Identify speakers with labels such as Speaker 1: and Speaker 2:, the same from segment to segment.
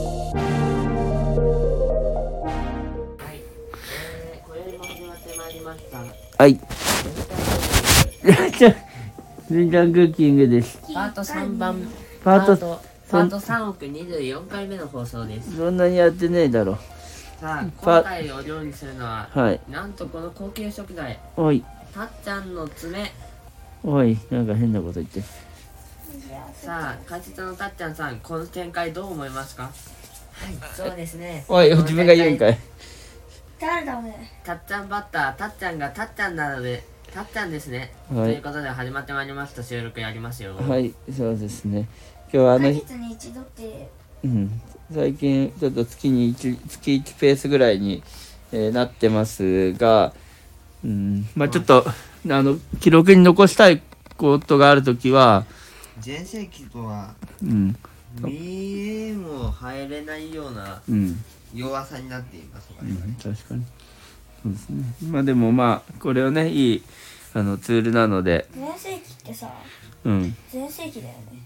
Speaker 1: はい。レンダークッキングです。
Speaker 2: パート3番
Speaker 1: パート
Speaker 2: パート3億24回目の放送です
Speaker 1: そんなにやってねえだろ。
Speaker 2: さあ
Speaker 1: パ
Speaker 2: 今回お料理するのは
Speaker 1: はい。
Speaker 2: なんとこの高級食材
Speaker 1: おい、
Speaker 2: たっちゃんの爪
Speaker 1: おい、なんか変なこと言って。
Speaker 2: さあ解説のたっちゃんさんこの展開どう思いますかはいそうですね
Speaker 1: おい、自分が言うんかい。
Speaker 3: 誰だね。
Speaker 2: たっちゃんバッターたっちゃんがたっちゃんなのでたっちゃんですね、
Speaker 1: はい
Speaker 2: ということで始まってまいりました収録やりますよ
Speaker 1: はい、そうですね。今日はあの
Speaker 3: 1ヶ、月に一度って
Speaker 1: うん、最近ちょっと月に1、月1ペースぐらいに、えーなってますが、うん、まあちょっと、あの、記録に残したいことがあるときは、
Speaker 2: 全盛期とは
Speaker 1: うん、
Speaker 2: 見えも入れないような
Speaker 1: うん。
Speaker 2: 弱さになっています我
Speaker 1: う
Speaker 2: 々
Speaker 1: ん、確かにそうですねまあでもまあこれはねいいあのツールなので
Speaker 3: 全盛期ってさ、
Speaker 1: うん
Speaker 3: 全盛期だよね。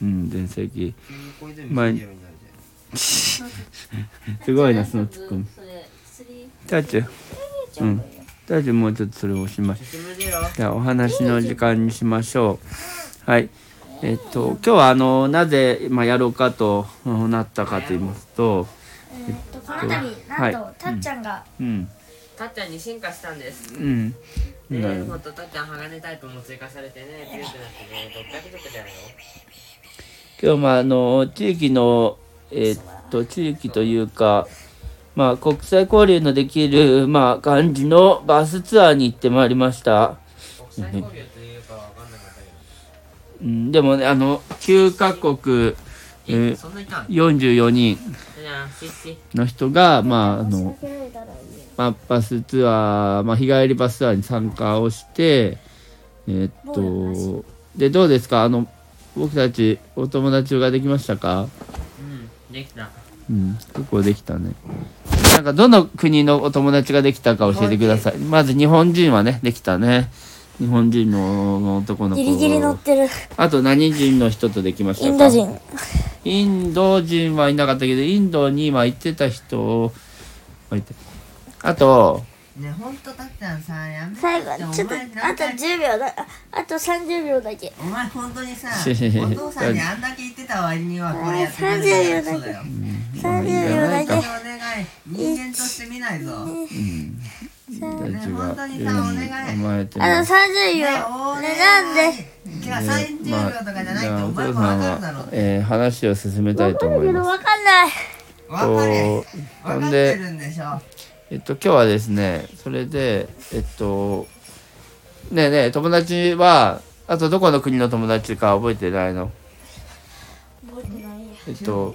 Speaker 1: うん全盛期
Speaker 2: 急に小泉
Speaker 1: まあ
Speaker 2: 進次郎になるじゃん
Speaker 1: すごいなそのツッコミ
Speaker 4: それ薬
Speaker 1: タチュうんタチュもうちょっとそれを押しましょ
Speaker 2: 進むじろ
Speaker 1: うじゃあお話の時間にしましょうはいえっと今日はあのなぜ今やろうかとうんなったかと言いますと
Speaker 3: えーっと、この度、
Speaker 1: は
Speaker 3: なん
Speaker 1: い
Speaker 3: と、たっちゃんが、
Speaker 1: うん
Speaker 2: たっちゃんに進化したんです
Speaker 1: うん
Speaker 2: ね
Speaker 1: な
Speaker 2: え
Speaker 1: る
Speaker 2: もっとたっちゃん鋼タイプも追加されてね強くなってね600とかじゃないの
Speaker 1: 今日まああの地域のえーっと地域というかまあ国際交流のできるまあ感じのバスツアーに行ってまいりました、
Speaker 2: 国際交流というかわかんなかった
Speaker 1: う
Speaker 2: け
Speaker 1: ん、でもねあの9カ国、え
Speaker 2: ど、え
Speaker 1: ー
Speaker 2: そんないたん
Speaker 1: 44人
Speaker 2: じゃあフィッシ
Speaker 1: の人がまああのまあバスツアー、まあ、日帰りバスツアーに参加をしてえーっとでどうですかあの僕たちお友達ができましたか
Speaker 2: うんできた
Speaker 1: うん、結構できたね。なんかどの国のお友達ができたか教えてください。まず日本人はね、できたね。日本人の男の子。
Speaker 3: ギリギリ乗ってる。
Speaker 1: あと何人の人とできました
Speaker 3: イ
Speaker 1: か
Speaker 3: ンド。人。
Speaker 1: インド人はいなかったけど、インドに今行ってた人を、置いてあと、
Speaker 2: ねほんとたっちゃんさやめ
Speaker 3: 最後、ちょっと、あと10秒だ。ああと30秒だけ。
Speaker 2: お前本当にさ
Speaker 1: お父さんに
Speaker 2: あんだけ言ってた割には
Speaker 3: これやってくれるやつだ
Speaker 2: よ
Speaker 3: 30秒だけ。
Speaker 2: 願い人間として見ないぞ
Speaker 1: うん。大丈
Speaker 2: 本当にさお願い
Speaker 1: 甘えて
Speaker 3: あ
Speaker 1: ます
Speaker 3: と30秒。ね、なんで
Speaker 2: じゃあ
Speaker 1: ねまあじゃあお父さんは、えー話を進めたいと思います。
Speaker 3: わかんない。
Speaker 1: と、ほんで、
Speaker 2: んでしょ
Speaker 1: えっと、今日はですね、それで、えっと、ねえねえ、友達は、あとどこの国の友達か覚えてないの
Speaker 3: 覚えてないや。
Speaker 1: えっと、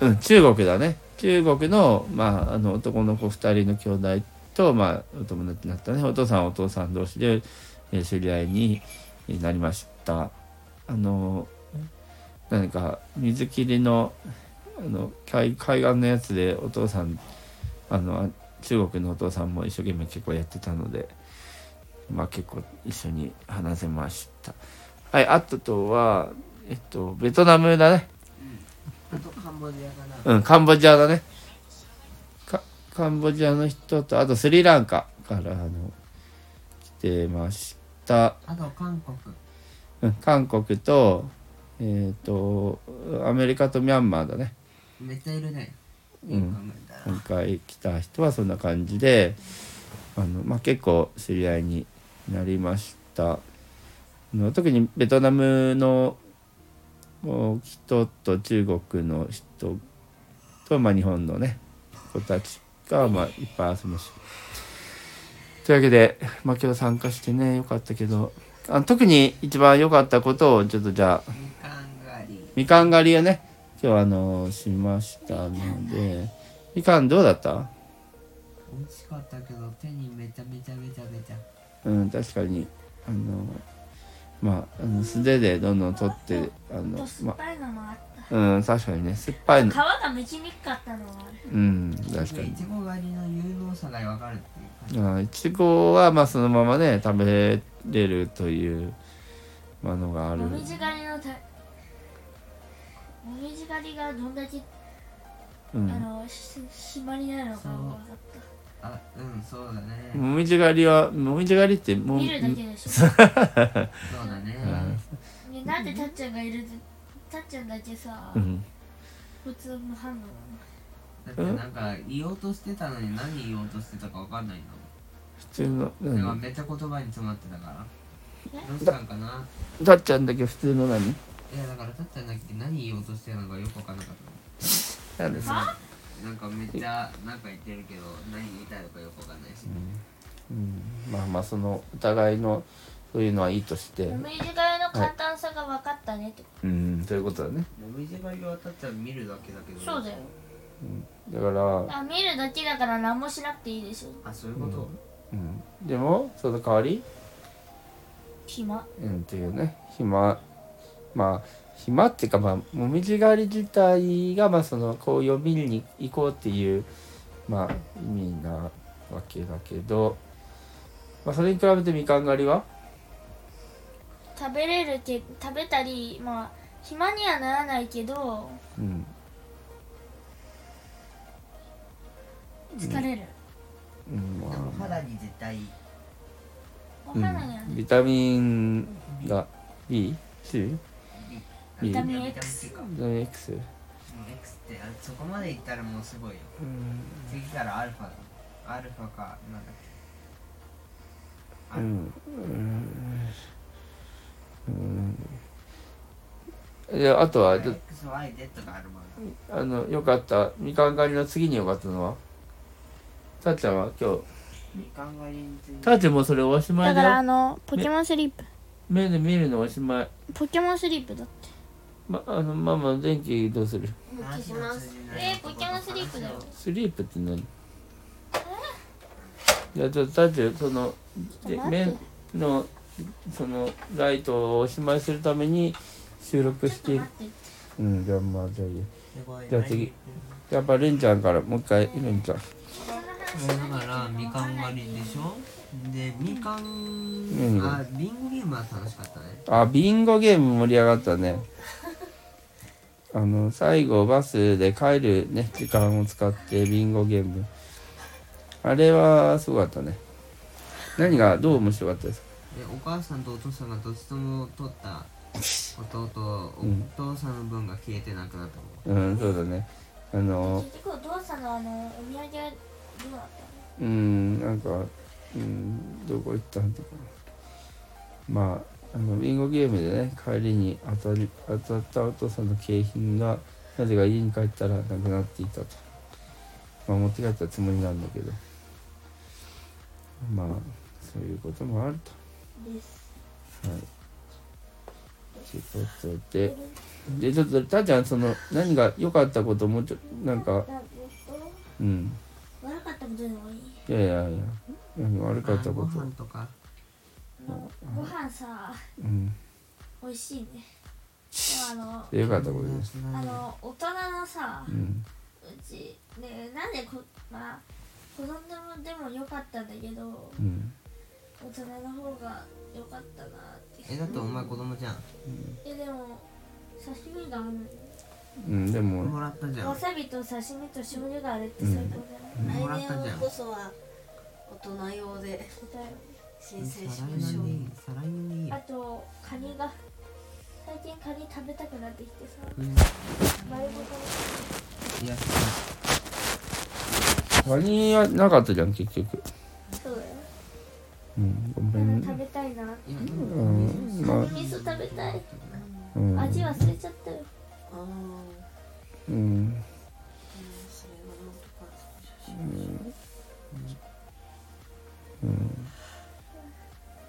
Speaker 1: うん、中国だね。中国の、まあ、あの、男の子二人の兄弟と、まあ、お友達になったね。お父さんはお父さん同士で、えー知り合いになりました。あの、何か、水切りの、あの、海海岸のやつで、お父さん、あの、中国のお父さんも一生懸命結構やってたので、まあ結構一緒に話せました。はい、あとは、えっと、ベトナムだね。
Speaker 2: あとカンボジアかな
Speaker 1: うん、カンボジアだね。かカンボジアの人と、あとスリランカから、あの、来てました。
Speaker 2: あと韓国
Speaker 1: うん、韓国と、えっ、と、アメリカとミャンマーだね。
Speaker 2: めっちゃいるね
Speaker 1: うん
Speaker 2: 今考えたら
Speaker 1: 今回来た人はそんな感じで、あの、まあ、結構知り合いになりました。あの特にベトナムのもう人と中国の人と、まあ、日本のね子たちが、まあ、いっぱい遊ぶし。というわけで、まあ、今日参加してねよかったけどあ特に一番良かったことをちょっとじゃあ
Speaker 2: みかん狩り
Speaker 1: みかん狩りをね今日はあのしましたのでみかんどうだった
Speaker 2: 美味しかったけど手にめちゃめちゃめちゃめちゃ
Speaker 1: うん、確かに、あの、まあ、あの素手でどんどん取って、あ
Speaker 3: ちょっと
Speaker 1: の、
Speaker 3: 酸っ
Speaker 1: ま
Speaker 3: ぱいのもあっ
Speaker 1: あ、うん、確かにね、酸っぱい
Speaker 3: た。
Speaker 1: の
Speaker 3: 皮、が剥きにくかったのもある。
Speaker 1: うん、確か
Speaker 2: い
Speaker 1: に。
Speaker 2: ちご狩りの有能さが分かるっていう感
Speaker 1: あ
Speaker 2: じ
Speaker 1: いちごは、まあ、そのままね、食べれるという、まあ、のがある
Speaker 3: も。みじ狩りのたもみじ狩りがどんだけ、
Speaker 1: う
Speaker 3: あ
Speaker 1: ん、
Speaker 3: のし縛りなのかも分かっ
Speaker 2: あうんそうだね、
Speaker 1: もみじ狩りはもみじ狩りっても
Speaker 4: 見るだけでしょ
Speaker 2: そうだね、
Speaker 4: ねなんでたっちゃんがいるたっちゃんだけさ
Speaker 1: うん
Speaker 4: 普通無反応なの
Speaker 2: だってなんか言おうとしてたのに何言おうとしてたかわかんないんだ
Speaker 1: 普通の
Speaker 2: もんでも
Speaker 1: 何
Speaker 2: めっちゃ言葉に詰まってたから
Speaker 4: え
Speaker 2: どうしたんかな
Speaker 1: たっちゃんだけ普通の何
Speaker 2: いやだからたっちゃんだけ何言おうとしてたのかよくわかんなかっ
Speaker 1: なんですか
Speaker 2: たなんかめっちゃなんか言ってるけど何言いたいのかよくわかんないし、
Speaker 1: うんまあまあそのお互いのそういうのはいいとして
Speaker 4: お水替えの簡単さが分かったねってこ
Speaker 1: うんそういうことだね
Speaker 2: もみじ狩りはたっちゃん見るだけだけど
Speaker 4: とそうだよ
Speaker 1: だから、
Speaker 4: あ見るだけだから何もしなくていいでしょ
Speaker 2: あそういうこと、
Speaker 1: うん、でもその代わり、
Speaker 4: 暇
Speaker 1: うん、っていうね暇まあ暇っていうかまあもみじ狩り自体がまあその紅葉を見に行こうっていうまあ意味なわけだけど、まあ、それに比べてみかん狩りは
Speaker 4: 食べれるけ食べたりまあ暇にはならないけど
Speaker 1: うん
Speaker 4: 疲れる、
Speaker 1: うんま
Speaker 2: でも
Speaker 1: あ
Speaker 2: 肌に絶対
Speaker 4: わ
Speaker 1: う
Speaker 4: かんないよね、
Speaker 1: ん、ビタミンが B?C?
Speaker 2: ビ
Speaker 1: ビ
Speaker 2: タ
Speaker 1: タ
Speaker 2: ミ
Speaker 4: ミ
Speaker 2: ン
Speaker 4: ン
Speaker 2: X かも
Speaker 1: ビタミン X?
Speaker 2: う X ってあそこまでいったらもうすごいよ
Speaker 1: うん
Speaker 2: 次からアルファだアルファかなんだっ
Speaker 1: う
Speaker 2: けアルフ
Speaker 1: んうんであとは
Speaker 2: ァ XYZ があるもん
Speaker 1: あのよかったみかん狩りの次によかったのはたっちゃんは今日
Speaker 2: みかん狩りについて
Speaker 1: たっちゃんもうそれおしま
Speaker 3: だ
Speaker 1: いだ
Speaker 3: から
Speaker 1: よ
Speaker 3: あのポケモンスリープ
Speaker 1: 目で見るのおしまい
Speaker 3: ポケモンスリープだって
Speaker 1: まあのママ電気どうする
Speaker 4: もう消しますえー、ポケモンスリープだよ
Speaker 1: スリープって何いやちょっとたっちゃんそので
Speaker 3: 待っ
Speaker 1: 目のそのライトをおしまいするために収録
Speaker 4: ちょ
Speaker 1: し
Speaker 4: っと
Speaker 1: て
Speaker 4: 待って
Speaker 1: うんじゃあまあじゃあいいよ
Speaker 2: じ
Speaker 1: じゃあ次やっぱりんちゃんからもう一回るんちゃん
Speaker 4: その話
Speaker 2: だからみかん狩りでしょでみかんあリンゴゲームは楽しかったね
Speaker 1: あビンゴゲーム盛り上がったねあの最後バスで帰るね時間を使ってビンゴゲームあれはすごかったね何がどう面白かったですか
Speaker 2: でお母さんとお父さんがどっちとも取った弟お父さんの分が消えてなくなったもん
Speaker 1: うんそうだねあの
Speaker 4: 結局お父さんのあのお土産はどうだっ
Speaker 1: う
Speaker 4: た
Speaker 1: んなんかうんどこ行ったんだかなまああのビンゴゲームでね帰りに当たり当たったお父さんの景品がなぜか家に帰ったらなくなっていたと、まあ、持って帰ったつもりなんだけどまあそういうこともある
Speaker 4: のです
Speaker 1: とはいということででちょっとたーちゃんその何が良かったこともうちょなんかうん
Speaker 4: 悪かったことでもいい
Speaker 1: いやいやいや何悪かったこ
Speaker 2: あ
Speaker 1: と
Speaker 2: ご飯とか
Speaker 4: ご飯さ
Speaker 1: うん
Speaker 4: 美味しいねでもあの
Speaker 1: 良かったことです。
Speaker 4: あの大人のさ
Speaker 1: うん。
Speaker 4: うちねなんでこまあ子供でも良かったんだけど
Speaker 1: うん。
Speaker 4: 大人の方が良かったなって
Speaker 2: えだってお前子供じゃん
Speaker 4: えでも刺身がある
Speaker 1: うん、でも、
Speaker 2: もらったじゃん
Speaker 4: わさびと刺身と醤油があるって最高だな
Speaker 2: もらったじゃん
Speaker 5: そは大人用で
Speaker 4: 答え
Speaker 5: 申
Speaker 2: 再来年でいい再来年でいい
Speaker 4: あ
Speaker 2: よ
Speaker 4: とカニが最近カニ食べたくなってきてさ
Speaker 2: うん
Speaker 4: バイブカ
Speaker 2: いや
Speaker 1: カニはなかったじゃん、結局。
Speaker 4: ニそうだよ
Speaker 1: うん、ご
Speaker 4: だ
Speaker 1: め
Speaker 4: から
Speaker 1: ん。
Speaker 4: 食べたいなって
Speaker 2: いや
Speaker 1: うん、まあ
Speaker 4: カ、ニ味噌食べたい
Speaker 1: うん。
Speaker 4: 味忘れちゃったよ
Speaker 5: あ
Speaker 1: うん。
Speaker 5: それ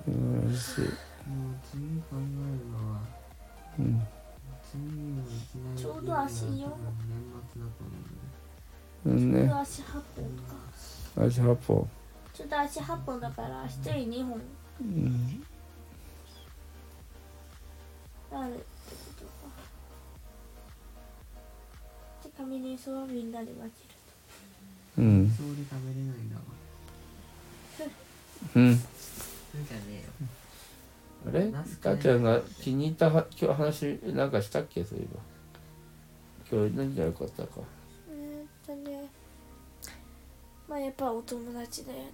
Speaker 1: うん、美味しい。
Speaker 2: もう次考えるのは
Speaker 1: うん。
Speaker 2: 次もいきなり
Speaker 4: ちょうど足よ
Speaker 2: 年末だと思
Speaker 1: うん
Speaker 4: ちょっ
Speaker 1: ね
Speaker 4: と、足8本とか
Speaker 1: 味八方。
Speaker 4: ちょっと足8本だから1人2本
Speaker 1: うん。
Speaker 4: あるってことかで紙にそはみんなで分ける
Speaker 1: うん。
Speaker 2: うんだよ理想で食べれないんだわ
Speaker 1: うん。
Speaker 2: そうじゃね
Speaker 1: あれたっちゃんが気に入ったは今日話、なんかしたっけ、そういえば。今日何が良かったか。
Speaker 4: えーっとねまあやっぱお友達だよね、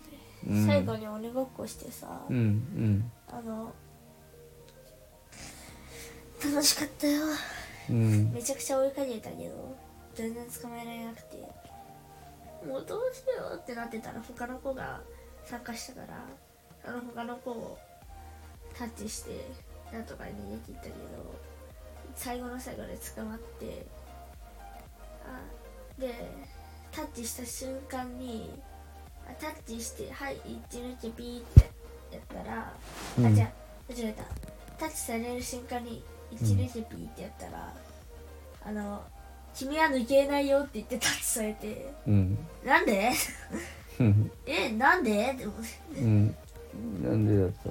Speaker 1: うん
Speaker 4: 最後に鬼ごっこしてさ、
Speaker 1: うんうん
Speaker 4: あの楽しかったよ
Speaker 1: うん
Speaker 4: めちゃくちゃ追いかけたけど全然捕まえられなくてもうどうしようってなってたら他の子が参加したからあの他の子をタッチしてなんとか逃げ切ったけど最後の最後で捕まってあでタッチした瞬間にあタッチして「はい一抜けピー」ってやったら、
Speaker 1: う
Speaker 4: あ
Speaker 1: ん
Speaker 4: じゃあ間違えたタッチされる瞬間に一レシピってやったら、あの「君は抜けないよ」って言ってタッチされて
Speaker 1: うん
Speaker 4: 「なんで
Speaker 1: うん
Speaker 4: えなんで?」って思って
Speaker 1: うんなんでだった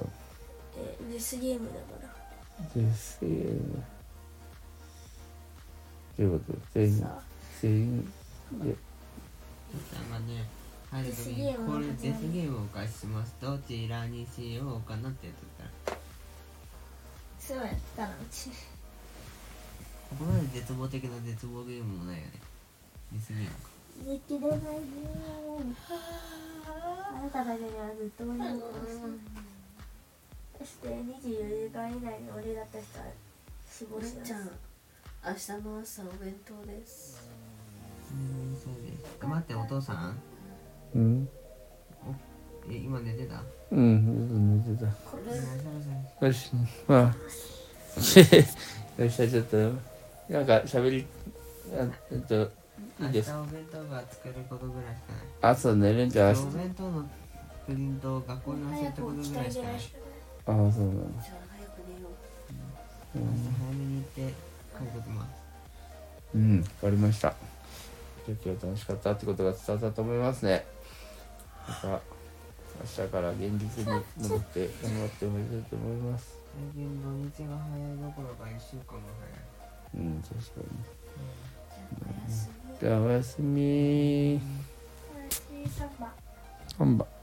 Speaker 4: えデスゲームだから
Speaker 1: ですよどういうこと全員
Speaker 4: さ
Speaker 1: 全員いや
Speaker 2: 様ね入る時
Speaker 4: デ
Speaker 2: に
Speaker 4: スゲーム
Speaker 2: これデスゲームを開始しますどちらにしようかなってやってたら
Speaker 4: そうやったのうち
Speaker 2: ここまで絶望的な絶望ゲームもないよねデスゲームか
Speaker 4: 抜けれないねあなただけにはずっと鬼ごっこしてそして24時間以内に俺だった人は死亡
Speaker 5: お
Speaker 4: し
Speaker 5: し
Speaker 4: ま
Speaker 5: ちゃん
Speaker 4: す
Speaker 5: 明日の朝お弁当です
Speaker 2: うんそうです待ってお父さん
Speaker 1: うん
Speaker 2: え今寝てた
Speaker 1: うん寝てた
Speaker 5: これ
Speaker 1: よしまあよしじゃあちょっとなんか喋りあえっとい
Speaker 2: 明
Speaker 1: い
Speaker 2: 日
Speaker 1: です
Speaker 2: お弁当が作ることぐらいしかない
Speaker 1: 朝寝るんじゃあ
Speaker 2: お
Speaker 1: 明日
Speaker 2: 弁当のプリントを学校に教え
Speaker 4: 早
Speaker 2: た
Speaker 4: く
Speaker 2: こと
Speaker 4: 起き
Speaker 2: ぐ
Speaker 4: た
Speaker 2: ら
Speaker 4: い
Speaker 2: い
Speaker 4: じ
Speaker 2: し
Speaker 4: ゃ
Speaker 2: か
Speaker 4: な
Speaker 2: ないい
Speaker 4: しかない
Speaker 1: ああそうなんだ
Speaker 5: じゃあ早く寝よう
Speaker 2: 明日早めに行って帰ってきます
Speaker 1: うんわかりましたじゃあ今日楽しかったってことが伝わったと思いますねまた明日から現実に戻って頑張ってもらいたいと思います
Speaker 2: 最近土日が早いどころか1週間も早い
Speaker 1: うん確かに
Speaker 5: おやすみ
Speaker 1: じゃあおやすみ
Speaker 4: 私サンバ
Speaker 1: こんばん